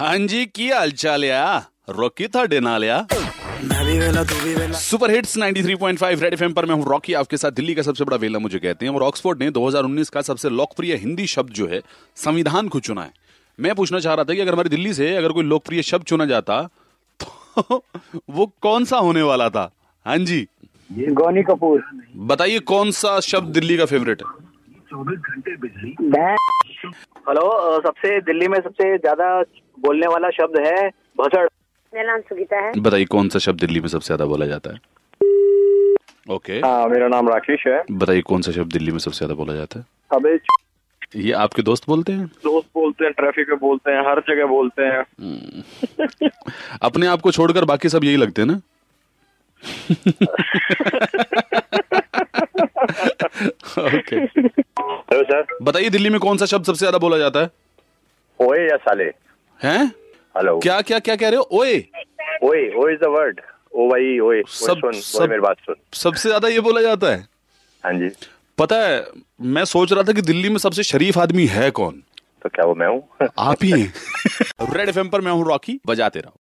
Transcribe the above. ਹਾਂਜੀ ਕੀ ਹਾਲ ਚਾਲ ਆ ਰੋਕੀ ਤੁਹਾਡੇ ਨਾਲ ਆ मैं भी वेला तू भी वेला सुपर हिट्स 93.5 रेड एफएम पर मैं हूं रॉकी आपके साथ दिल्ली का सबसे बड़ा वेला मुझे कहते हैं और ऑक्सफोर्ड ने 2019 का सबसे लोकप्रिय हिंदी शब्द जो है संविधान को चुना है मैं पूछना चाह रहा था कि अगर हमारी दिल्ली से अगर कोई लोकप्रिय शब्द चुना जाता तो वो कौन सा होने वाला था हाँ जी गोनी कपूर बताइए कौन सा शब्द दिल्ली का फेवरेट है मैं हेलो अ, सबसे दिल्ली में सबसे ज्यादा बोलने वाला शब्द है भसड़ मेरा नाम सुगीता है बताइए कौन सा शब्द दिल्ली में सबसे ज्यादा बोला जाता है ओके हाँ मेरा नाम राकेश है बताइए कौन सा शब्द दिल्ली में सबसे ज्यादा बोला जाता है अबे ये आपके दोस्त बोलते हैं दोस्त बोलते हैं ट्रैफिक में बोलते हैं हर जगह बोलते हैं अपने आप को छोड़कर बाकी सब यही लगते हैं ना ओके हेलो सर बताइए दिल्ली में कौन सा शब्द सबसे ज्यादा बोला जाता है ओए या साले हैं हेलो क्या क्या क्या कह रहे हो ओए ओए ओए इज द वर्ड ओ भाई ओए ओए, सब- सुन सब- ओए मेरी बात सुन सबसे ज्यादा ये बोला जाता है हाँ जी पता है मैं सोच रहा था कि दिल्ली में सबसे शरीफ आदमी है कौन तो क्या वो मैं हूँ आप ही हैं रेड एफएम पर मैं हूँ रॉकी बजाते रहो